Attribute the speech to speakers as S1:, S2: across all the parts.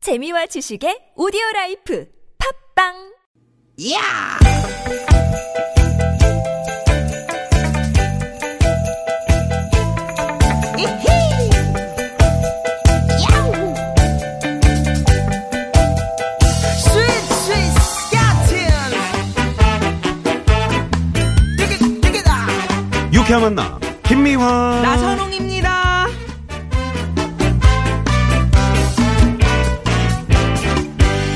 S1: 재미와 지식의 오디오 라이프 팝빵
S2: 야! 이히! 야우! 스윗, 스윗, 스캇틴! 띠깃, 띠깃아!
S3: 유쾌한 만남 김미화
S2: 나선홍입니다.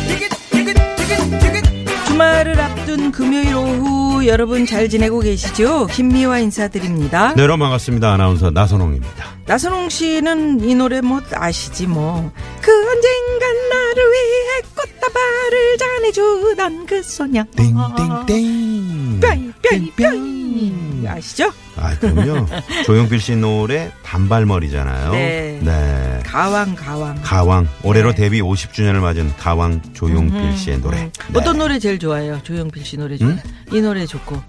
S2: 띠깃, 띠깃, 띠깃, 띠깃!
S4: 주말을 앞둔 금요일 오후 여러분 잘 지내고 계시죠? 김미화 인사드립니다.
S3: 네, 여러분 반갑습니다 아나운서 나선홍입니다
S4: 나선홍 씨는 이 노래 뭐 아시지 뭐. 그 언젠간 나를 위해 꽃다발을 전해주던 그 소녀.
S3: 땡땡땡
S4: 뿅, 뿅, 뿅. 아시죠?
S3: 아 그럼요 조용필 씨 노래 단발머리잖아요
S4: 네.
S3: 네.
S4: 가왕, 가왕.
S3: 가왕 올해로 데뷔 50주년을 맞은 가왕 조용필 씨의 노래
S4: 음.
S3: 네.
S4: 어떤 노래 제일 좋아요? 조영필 씨 노래 중에. 이 노래 좋고.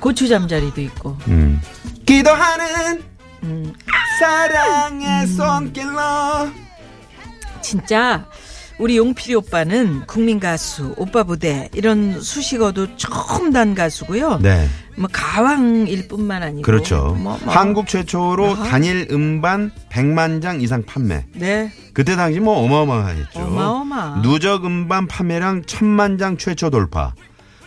S4: 고추 잠자리도 있고.
S3: 음. 기도하는
S4: 음.
S3: 사랑의 손길로
S4: 진짜 우리 용필이 오빠는 국민 가수, 오빠 부대 이런 수식어도 처음 단 가수고요.
S3: 네
S4: 뭐 가왕일 뿐만 아니고
S3: 그렇죠
S4: 뭐, 뭐.
S3: 한국 최초로 단일 음반 100만 장 이상 판매
S4: 네.
S3: 그때 당시 뭐 어마어마했죠.
S4: 어마어마.
S3: 누적 음반 판매량 천만 장 최초 돌파.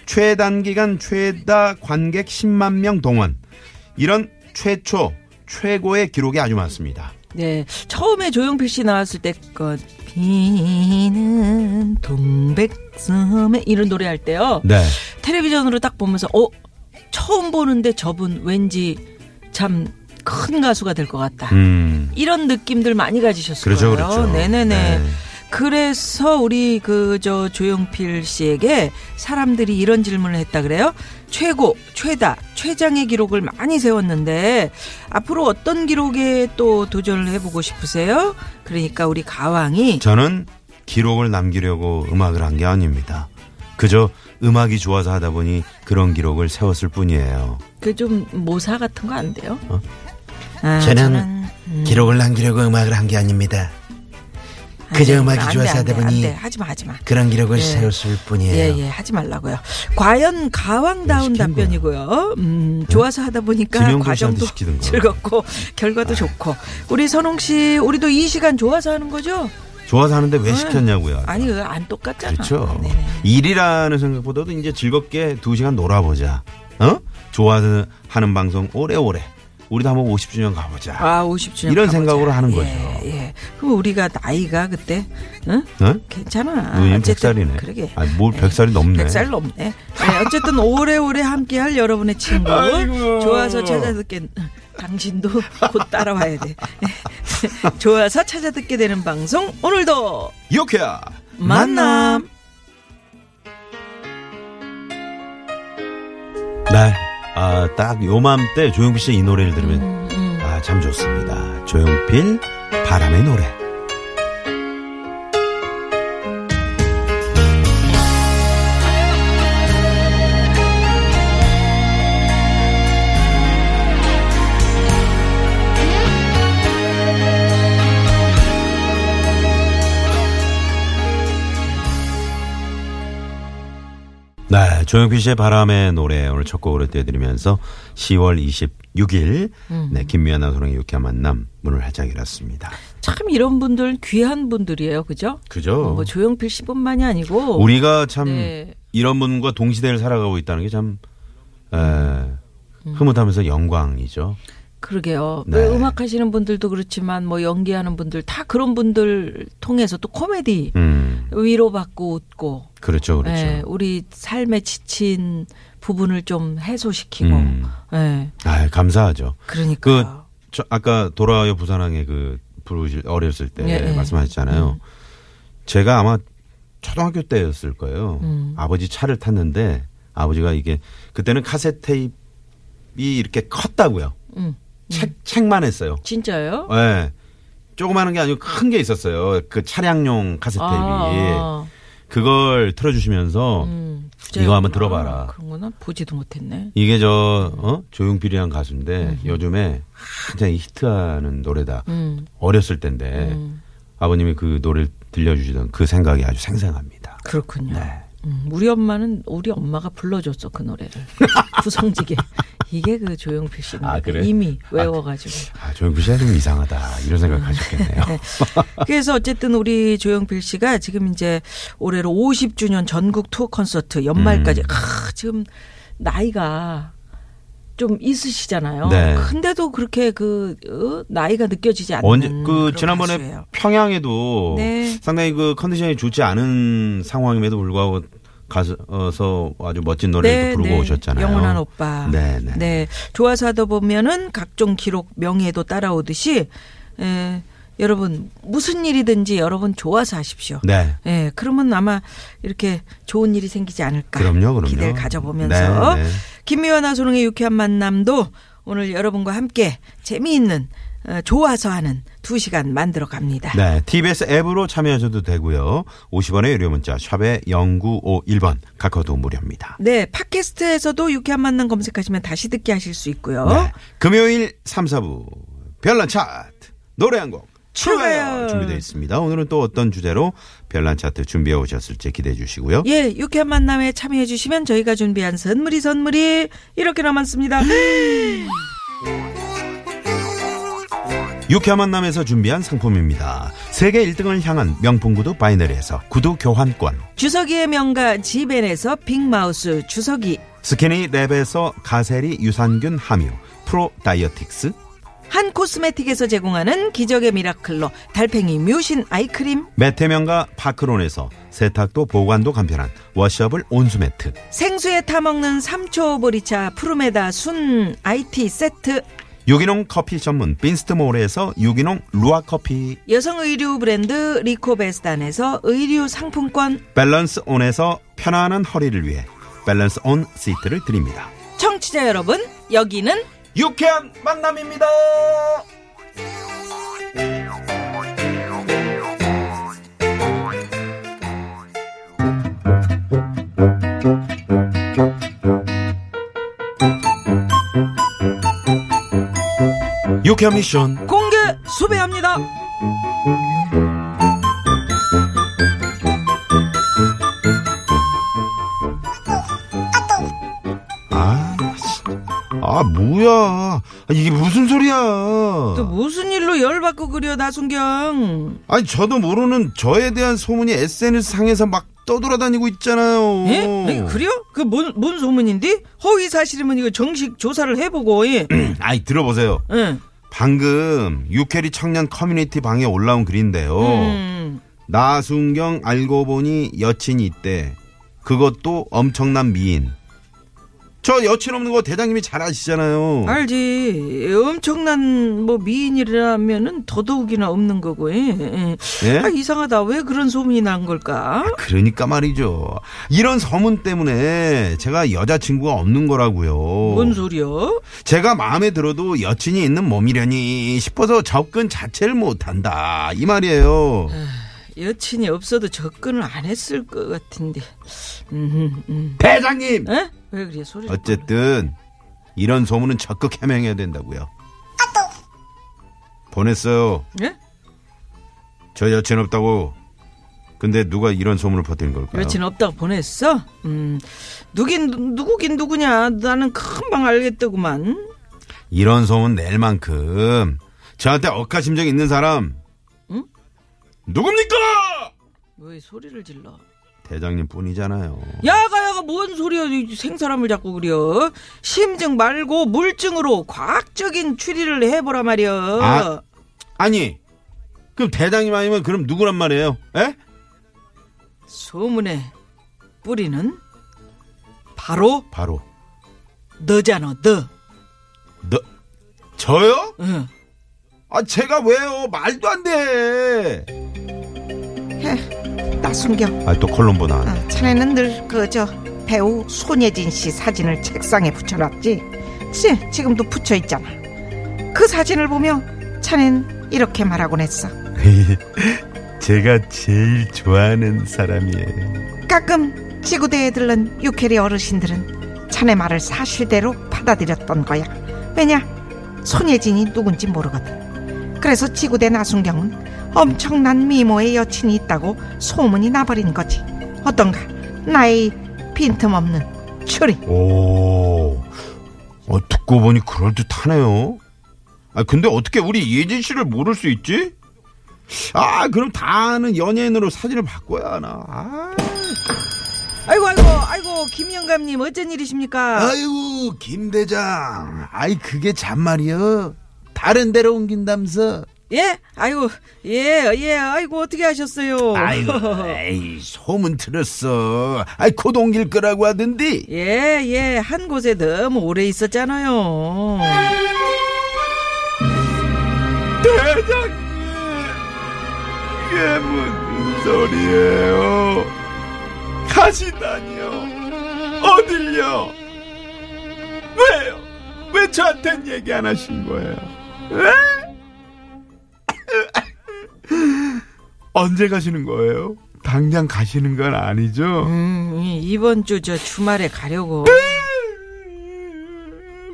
S3: 최단기간 최다 관객 10만 명 동원. 이런 최초 최고의 기록이 아주 많습니다.
S4: 네. 처음에 조용필 씨 나왔을 때건 비는 동백섬에 이런 노래 할 때요.
S3: 네.
S4: 텔레비전으로 딱 보면서 어 처음 보는데 저분 왠지 참 큰 가수가 될 것 같다.
S3: 음.
S4: 이런 느낌들 많이 가지셨을
S3: 그렇죠,
S4: 거예요.
S3: 그렇죠.
S4: 네네네.
S3: 네.
S4: 그래서 우리 그 저 조용필 씨에게 사람들이 이런 질문을 했다 그래요. 최고, 최다, 최장의 기록을 많이 세웠는데 앞으로 어떤 기록에 또 도전을 해보고 싶으세요? 그러니까 우리 가왕이
S3: 저는 기록을 남기려고 음악을 한 게 아닙니다. 그저 음악이 좋아서 하다 보니 그런 기록을 세웠을 뿐이에요.
S4: 그 좀 모사 같은 거 안 돼요?
S3: 어?
S4: 아,
S5: 저는 기록을 남기려고 음악을 한 게 아닙니다.
S4: 안
S5: 그저
S4: 돼,
S5: 음악이
S4: 안 돼,
S5: 좋아서
S4: 안 돼,
S5: 하다 보니
S4: 안 돼. 하지 마, 하지 마.
S5: 그런 기록을
S4: 예.
S5: 세웠을 뿐이에요.
S4: 예, 예, 하지 말라고요. 과연 가왕다운
S3: 예, 시키는 거야.
S4: 답변이고요.
S3: 예.
S4: 음, 좋아서 하다 보니까
S3: 김영구 씨한테
S4: 과정도
S3: 시키는 아. 거야.
S4: 즐겁고 결과도 좋고. 우리 선홍 씨, 우리도 이 시간 좋아서 하는 거죠?
S3: 좋아서 하는데 왜 시켰냐고요.
S4: 예. 음. 아니, 그거 안 똑같잖아.
S3: 그렇죠.
S4: 네네.
S3: 일이라는 생각보다도 이제 즐겁게 두 시간 놀아보자. 어? 좋아하는 하는 방송 오래오래. 우리도 한번 50주년 가보자.
S4: 아, 50주년.
S3: 이런
S4: 가보자.
S3: 생각으로 하는
S4: 예,
S3: 거죠.
S4: 예. 그럼 우리가 나이가 그때, 응?
S3: 어?
S4: 괜찮아.
S3: 누님
S4: 어쨌든
S3: 100살이네.
S4: 그러게. 예.
S3: 아니, 뭘 100살이 넘네.
S4: 100살 넘네. 네, 어쨌든 오래오래 함께할 여러분의 친구.
S3: 아이고.
S4: 좋아서 찾아듣게. 당신도 곧 따라와야 돼. 네. 좋아서 찾아듣게 되는 방송 오늘도
S3: 유쾌야
S4: 만남.
S3: 네. 아, 딱 요맘때 조용필 씨의 이 노래를 들으면
S4: 음,
S3: 아, 참 좋습니다. 조용필 바람의 노래. 네, 조용필 씨의 바람의 노래 오늘 첫 곡으로 띄워드리면서 10월 26일
S4: 음.
S3: 네, 김미연 아소롱의 유쾌한 만남 문을 활짝 열었습니다.
S4: 참 이런 분들 귀한 분들이에요, 그죠?
S3: 그죠?
S4: 뭐 조용필 씨뿐만이 아니고
S3: 어. 우리가 음. 참
S4: 네.
S3: 이런 분과 동시대를 살아가고 있다는 게 참
S4: 음.
S3: 흐뭇하면서 영광이죠.
S4: 그러게요.
S3: 네.
S4: 왜 음악 하시는 분들도 그렇지만 뭐 연기하는 분들 다 그런 분들 통해서 또 코미디
S3: 음,
S4: 위로받고 웃고
S3: 그렇죠, 그렇죠.
S4: 예, 우리 삶에 지친 부분을 좀 해소시키고
S3: 음.
S4: 예.
S3: 아, 감사하죠. 그
S4: 그러니까
S3: 저 아까 돌아와요 부산항에 그 부르실 어렸을 때
S4: 예, 예.
S3: 말씀하셨잖아요. 제가 아마 초등학교 때였을 거예요.
S4: 음.
S3: 아버지 차를 탔는데 아버지가 이게 그때는 카세트 테이프가 이렇게 컸다고요.
S4: 음.
S3: 책 책만 했어요.
S4: 진짜요?
S3: 예. 조그마한 게 아니고 큰 게 있었어요. 그 차량용 카세트 테이프.
S4: 아,
S3: 그걸 틀어 주시면서
S4: 음,
S3: 이거 한번 들어봐라.
S4: 아, 그런구나 보지도 못했네.
S3: 이게 저 어? 조용필이란 가수인데 요즘에 가장 히트하는 노래다.
S4: 음. 음.
S3: 어렸을 때인데 아버님이 그 노래를 들려주시던 그 생각이 아주 생생합니다.
S4: 그렇군요.
S3: 네.
S4: 음, 우리 엄마는 우리 엄마가 불러줬어 그 노래를 구성지게 이게 그 조용필 씨
S3: 아, 그래요?
S4: 이미
S3: 아,
S4: 외워가지고
S3: 아, 조영필 씨가 좀 이상하다 이런
S4: 음.
S3: 생각하셨겠네요.
S4: 그래서 어쨌든 우리 조영필 씨가 지금 이제 올해로 50주년 전국 투어 콘서트 연말까지
S3: 음.
S4: 크, 지금 나이가 좀 있으시잖아요.
S3: 네.
S4: 근데도 그렇게 그 어? 나이가 느껴지지 않는
S3: 언제 그
S4: 그런
S3: 지난번에
S4: 가수예요.
S3: 평양에도
S4: 네.
S3: 상당히 그 컨디션이 좋지 않은 상황임에도 불구하고 가서 아주 멋진 노래를 또 부르고 오셨잖아요.
S4: 네, 영원한 오빠.
S3: 네, 네.
S4: 좋아서 하다 보면은 각종 기록 명예도 따라오듯이 에, 여러분 무슨 일이든지 여러분 좋아서 하십시오.
S3: 네.
S4: 예, 그러면 아마 이렇게 좋은 일이 생기지 않을까.
S3: 그럼요, 그럼요.
S4: 기대를 가져보면서.
S3: 네, 네.
S4: 김미화나 소롱의 유쾌한 만남도 오늘 여러분과 함께 재미있는, 어, 좋아서 하는 두 시간 만들어 갑니다.
S3: 네, TBS 앱으로 참여하셔도 되고요. 50원의 유료 문자 샵에 0951번 카카오도 무료입니다.
S4: 네, 팟캐스트에서도 유쾌한 만남 검색하시면 다시 듣게 하실 수 있고요.
S3: 네, 금요일 3, 4부 별난 차트 노래 한 곡
S4: 출발!
S3: 출발 준비되어 있습니다. 오늘은 또 어떤 주제로 별난 차트 준비해 오셨을지 기대해 주시고요.
S4: 예, 유쾌한 만남에 참여해 주시면 저희가 준비한 선물이 선물이 이렇게 남았습니다.
S3: 유쾌한 만남에서 준비한 상품입니다. 세계 1등을 향한 명품 구두 바이너리에서 구두 교환권
S4: 주석이의 명가 지벤에서 빅마우스 주석이
S3: 스키니 랩에서 가세리 유산균 함유 프로 다이어틱스
S4: 한 코스메틱에서 제공하는 기적의 미라클로 달팽이 뮤신 아이크림,
S3: 매태명과 파크론에서 세탁도 보관도 간편한 워셔블 온수매트
S4: 생수에 타먹는 삼초 보리차 푸르메다 순 IT 세트,
S3: 유기농 커피 전문 빈스트몰에서 유기농 루아 커피
S4: 여성 의류 브랜드 리코베스단에서 의류 상품권,
S3: 밸런스 온에서 편안한 허리를 위해 밸런스 온 시트를 드립니다.
S4: 청취자 여러분, 여기는
S3: 유쾌한 만남입니다. 유쾌한 미션
S4: 공개 수배합니다.
S3: 아, 진짜. 아 뭐야 아, 이게 무슨 소리야
S4: 또그 뭐- 무슨 일로 열받고 그려, 나순경.
S3: 아니 저도 모르는 저에 대한 소문이 SNS 상에서 막 떠돌아다니고 있잖아요.
S4: 예? 아니, 그래요? 그 뭔, 뭔 소문인데? 허위 사실이면 이거 정식 조사를 해보고, 예.
S3: 아이 들어보세요.
S4: 응.
S3: 방금 유캐리 청년 커뮤니티 방에 올라온 글인데요.
S4: 음.
S3: 나순경 알고 보니 여친이 있대. 그것도 엄청난 미인. 저 여친 없는 거 대장님이 잘 아시잖아요.
S4: 알지. 엄청난 뭐 미인이라면은 더더욱이나 없는 거고. 예? 예.
S3: 예?
S4: 아, 이상하다. 왜 그런 소문이 난 걸까?
S3: 그러니까 말이죠. 이런 서문 때문에 제가 여자친구가 없는 거라고요.
S4: 뭔 소리요?
S3: 제가 마음에 들어도 여친이 있는 몸이려니 싶어서 접근 자체를 못한다. 이 말이에요.
S4: 음. 여친이 없어도 접근을 안 했을 것 같은데. 음, 음.
S3: 대장님!
S4: 에? 왜 그래 소리?
S3: 어쨌든 이런 소문은 적극 해명해야 된다고요. 보냈어요.
S4: 예?
S3: 저 여친 없다고. 근데 누가 이런 소문을 퍼뜨린 걸까요?
S4: 여친 없다고 보냈어? 음, 누긴 누- 누구긴 누구냐? 나는 금방 알겠더구만.
S3: 이런 소문 낼 만큼 저한테 억하심정 있는 사람
S4: 응?
S3: 누굽니까?
S4: 왜 소리를 질러?
S3: 대장님 뿐이잖아요.
S4: 야가 야가 뭔 소리야? 이 생사람을 자꾸 그려. 심증 말고 물증으로 과학적인 추리를 해보라 말이야.
S3: 아. 아니 그럼 대장님 아니면 그럼 누구란 말이에요? 에?
S4: 소문의 뿌리는 바로
S3: 바로
S4: 너잖아, 어. 너.
S3: 너 저요?
S4: 응.
S3: 아 제가 왜요? 말도 안 돼.
S4: 해, 나 숨겨.
S3: 아 또 콜롬보 나왔네.
S4: 아, 자네는 늘 그 저 배우 손예진 씨 사진을 책상에 붙여놨지. 지, 지금도 붙여 있잖아. 그 사진을 보며 자넨 이렇게 말하곤 했어.
S5: 네. 제가 제일 좋아하는 사람이에요.
S6: 가끔 지구대에 들른 유캐리 어르신들은 자네 말을 사실대로 받아들였던 거야. 왜냐? 손예진이 누군지 모르거든. 그래서 지구대 나순경은 엄청난 미모의 여친이 있다고 소문이 나버린 거지. 어떤가? 나의 빈틈없는 추리.
S3: 오, 어, 듣고 보니 그럴듯하네요. 아, 근데 어떻게 우리 예진 씨를 모를 수 있지? 아, 그럼 다 아는 연예인으로 사진을 바꿔야 하나. 아.
S4: 아이고 아이고 아이고 김영감님 어쩐 일이십니까?
S3: 아이고, 김 대장. 아이, 그게 잔말이여. 다른 데로 옮긴다면서.
S4: 예? 아이고 예예 아이고 어떻게 하셨어요?
S3: 아이고, 에이, 소문 들었어. 아이, 곧 옮길 거라고 하던데.
S4: 예, 예, 한 곳에 너무 오래 있었잖아요.
S5: 이게 무슨 소리예요? 가시다니요? 어딜요? 왜요? 왜 저한텐 얘기 안 하신 거예요? 왜? 언제 가시는 거예요? 당장 가시는 건 아니죠?
S4: 음, 이- 이번 주 저 주말에 가려고.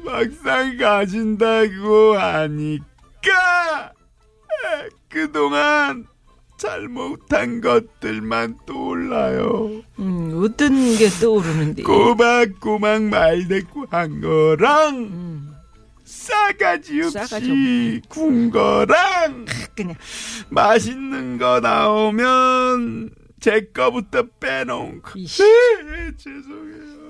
S5: 막상 가신다고 하니까 에, 그동안 잘못한 것들만 떠올라요.
S4: 음, 어떤 게 떠오르는데.
S5: 꼬박꼬박 말대꾸 한 거랑
S4: 음,
S5: 싸가지
S4: 싸가지
S5: 없이 군 거랑
S6: 그냥
S5: 맛있는 거 나오면 제 거부터 빼놓은 거.
S4: 이씨.
S5: 에, 죄송해요.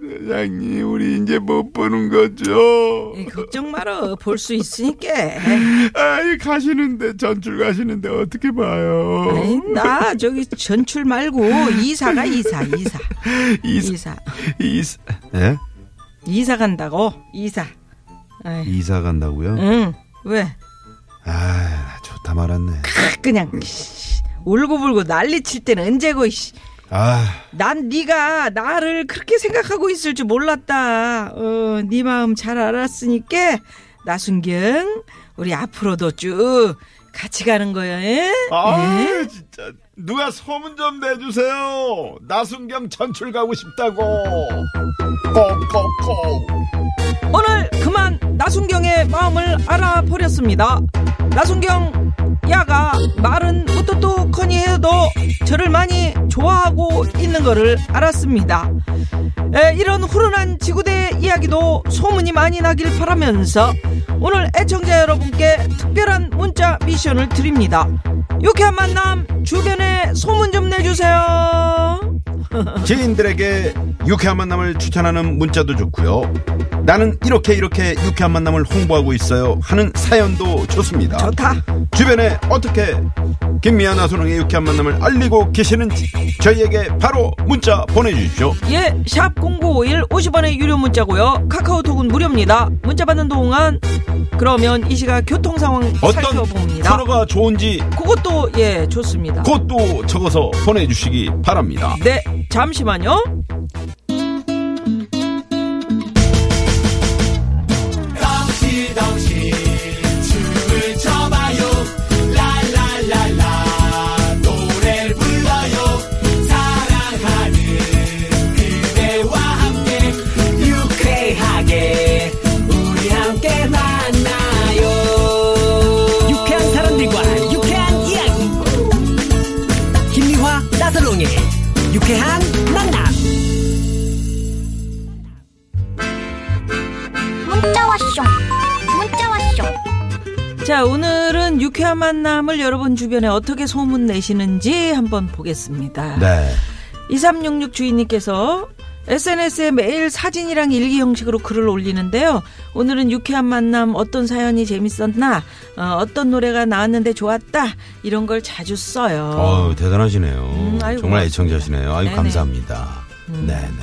S5: 대장님, 우리 이제 못 보는 거죠?
S4: 예, 걱정 말어. 볼 수 있으니까. 예,
S5: 아이, 가시는데, 전출 가시는데 어떻게 봐요?
S4: 아니, 나 저기 전출 말고 이사가 이사, 이사.
S5: 이사,
S4: 이사.
S5: 이사.
S3: 예?
S4: 이사 간다고. 이사. 아이,
S3: 이사 간다고요?
S4: 응. 왜?
S3: 아, 좋다 말았네.
S4: 그냥 씨, 울고불고 난리 칠 때는 언제고 씨.
S3: 아,
S4: 난 네가 나를 그렇게 생각하고 있을 줄 몰랐다. 어, 네 마음 잘 알았으니까 나순경 우리 앞으로도 쭉 같이 가는 거야. 예?
S5: 아, 진짜. 누가 소문 좀 내주세요. 나순경 전출 가고 싶다고. 꼭꼭꼭.
S4: 오늘 그만 나순경의 마음을 알아버렸습니다. 나순경 야가 말은 우뚜뚜커니 해도 저를 많이 좋아하고 있는 거를 알았습니다. 에, 이런 후련한 지구대 이야기도 소문이 많이 나길 바라면서 오늘 애청자 여러분께 특별한 문자 미션을 드립니다. 유쾌한 만남 주변에 소문 좀 내주세요.
S3: 지인들에게 유쾌한 만남을 추천하는 문자도 좋고요. 나는 이렇게 이렇게 유쾌한 만남을 홍보하고 있어요. 하는 사연도 좋습니다.
S4: 좋다.
S3: 주변에 어떻게 김미아 나선홍의 유쾌한 만남을 알리고 계시는지 저희에게 바로 문자 보내주십시오.
S4: 예, 샵 0951 50원의 유료 문자고요. 카카오톡은 무료입니다. 문자 받는 동안 그러면 이 시각 교통 상황
S3: 어떤
S4: 살펴봅니다.
S3: 서로가 좋은지
S4: 그것도 예, 좋습니다.
S3: 곧도 적어서 보내주시기 바랍니다.
S4: 네, 잠시만요.
S7: 유쾌하게 우리 함께 만나요 유쾌한 사람들과 유쾌한 이야기 김미화 나선롱의 유쾌한 만남
S8: 문자 왔쇼 문자 왔쇼
S4: 자, 오늘은 유쾌한 만남을 여러분 주변에 어떻게 소문 내시는지 한번 보겠습니다.
S3: 네.
S4: 2366 주인님께서 SNS에 매일 사진이랑 일기 형식으로 글을 올리는데요. 오늘은 유쾌한 만남 어떤 사연이 재밌었나, 어, 떤 노래가 나왔는데 좋았다 이런 걸 자주 써요.
S3: 어 대단하시네요.
S4: 아. 음, 아이고,
S3: 정말
S4: 고맙습니다.
S3: 애청자시네요. 아유
S4: 네네. 음.
S3: 감사합니다. 네네.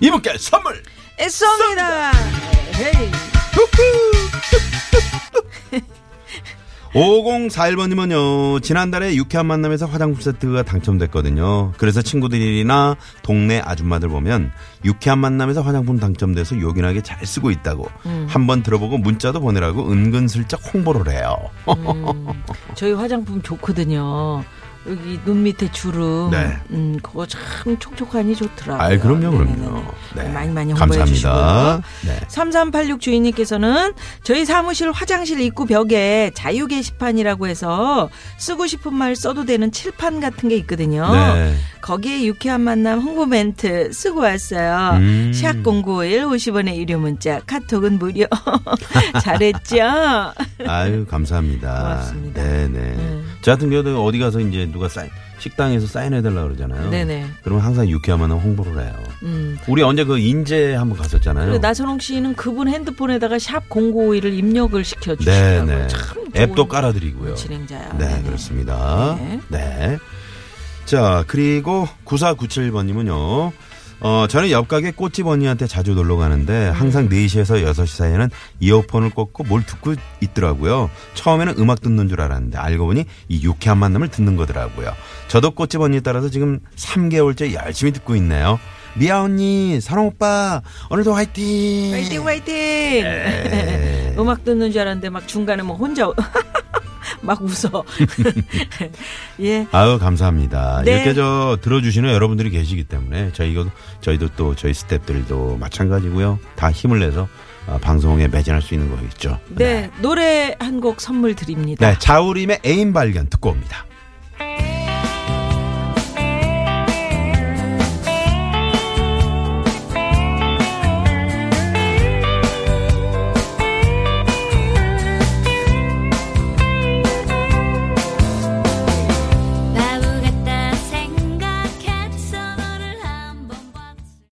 S3: 이분께 선물.
S4: 애써입니다. 헤이.
S3: 5041번님은요, 지난달에 유쾌한 만남에서 화장품 세트가 당첨됐거든요. 그래서 친구들이나 동네 아줌마들 보면 유쾌한 만남에서 화장품 당첨돼서 요긴하게 잘 쓰고 있다고
S4: 음.
S3: 한번 들어보고 문자도 보내라고 은근슬쩍 홍보를 해요.
S4: 저희 화장품 좋거든요. 여기 눈 밑에 주름.
S3: 네.
S4: 음, 그거 참 촉촉하니 좋더라고요.
S3: 아이, 그럼요,
S4: 네네네.
S3: 그럼요. 네.
S4: 많이 많이 홍보해
S3: 감사합니다.
S4: 주시고요.
S3: 네.
S4: 3386 주인님께서는 저희 사무실 화장실 입구 벽에 자유 게시판이라고 해서 쓰고 싶은 말 써도 되는 칠판 같은 게 있거든요.
S3: 네.
S4: 거기에 유쾌한 만남 홍보 멘트 쓰고 왔어요.
S3: 음.
S4: 샵0951 50원의 유료 문자 카톡은 무료. 잘했죠?
S3: 아유, 감사합니다.
S4: 고맙습니다.
S3: 네네. 저 같은 경우도 어디 가서 이제 누가 사인, 식당에서 사인해달라 그러잖아요.
S4: 네네.
S3: 그러면 항상 유쾌한 만남 홍보를 해요.
S4: 음.
S3: 우리 언제 그 인제 한번
S4: 그리고
S3: 갔었잖아요.
S4: 나선홍 씨는 그분 핸드폰에다가 샵 0951을 입력을 시켜주시더라고요.
S3: 네네.
S4: 참 좋은 음,
S3: 앱도 깔아드리고요.
S4: 진행자야.
S3: 네,
S4: 네네.
S3: 그렇습니다.
S4: 네.
S3: 네. 자, 그리고 9497번님은요. 어, 저는 옆 가게 꽃집 언니한테 자주 놀러 가는데 항상 4시에서 6시 사이에는 이어폰을 꽂고 뭘 듣고 있더라고요. 처음에는 음악 듣는 줄 알았는데 알고 보니 이 유쾌한 만남을 듣는 거더라고요. 저도 꽃집 언니 따라서 지금 3개월째 열심히 듣고 있네요. 미아 언니, 선홍 오빠, 오늘도 화이팅! 네.
S4: 화이팅 화이팅. 음악 듣는 줄 알았는데 막 중간에 뭐 혼자 막 웃어. 예.
S3: 아유 감사합니다.
S4: 네.
S3: 이렇게 저 들어주시는 여러분들이 계시기 때문에 저희 이거 저희도 또 저희 스탭들도 마찬가지고요. 다 힘을 내서 아, 방송에 매진할 수 있는 거겠죠.
S4: 네, 노래 한 곡 선물 드립니다.
S3: 네, 자우림의 애인 발견 듣고 옵니다.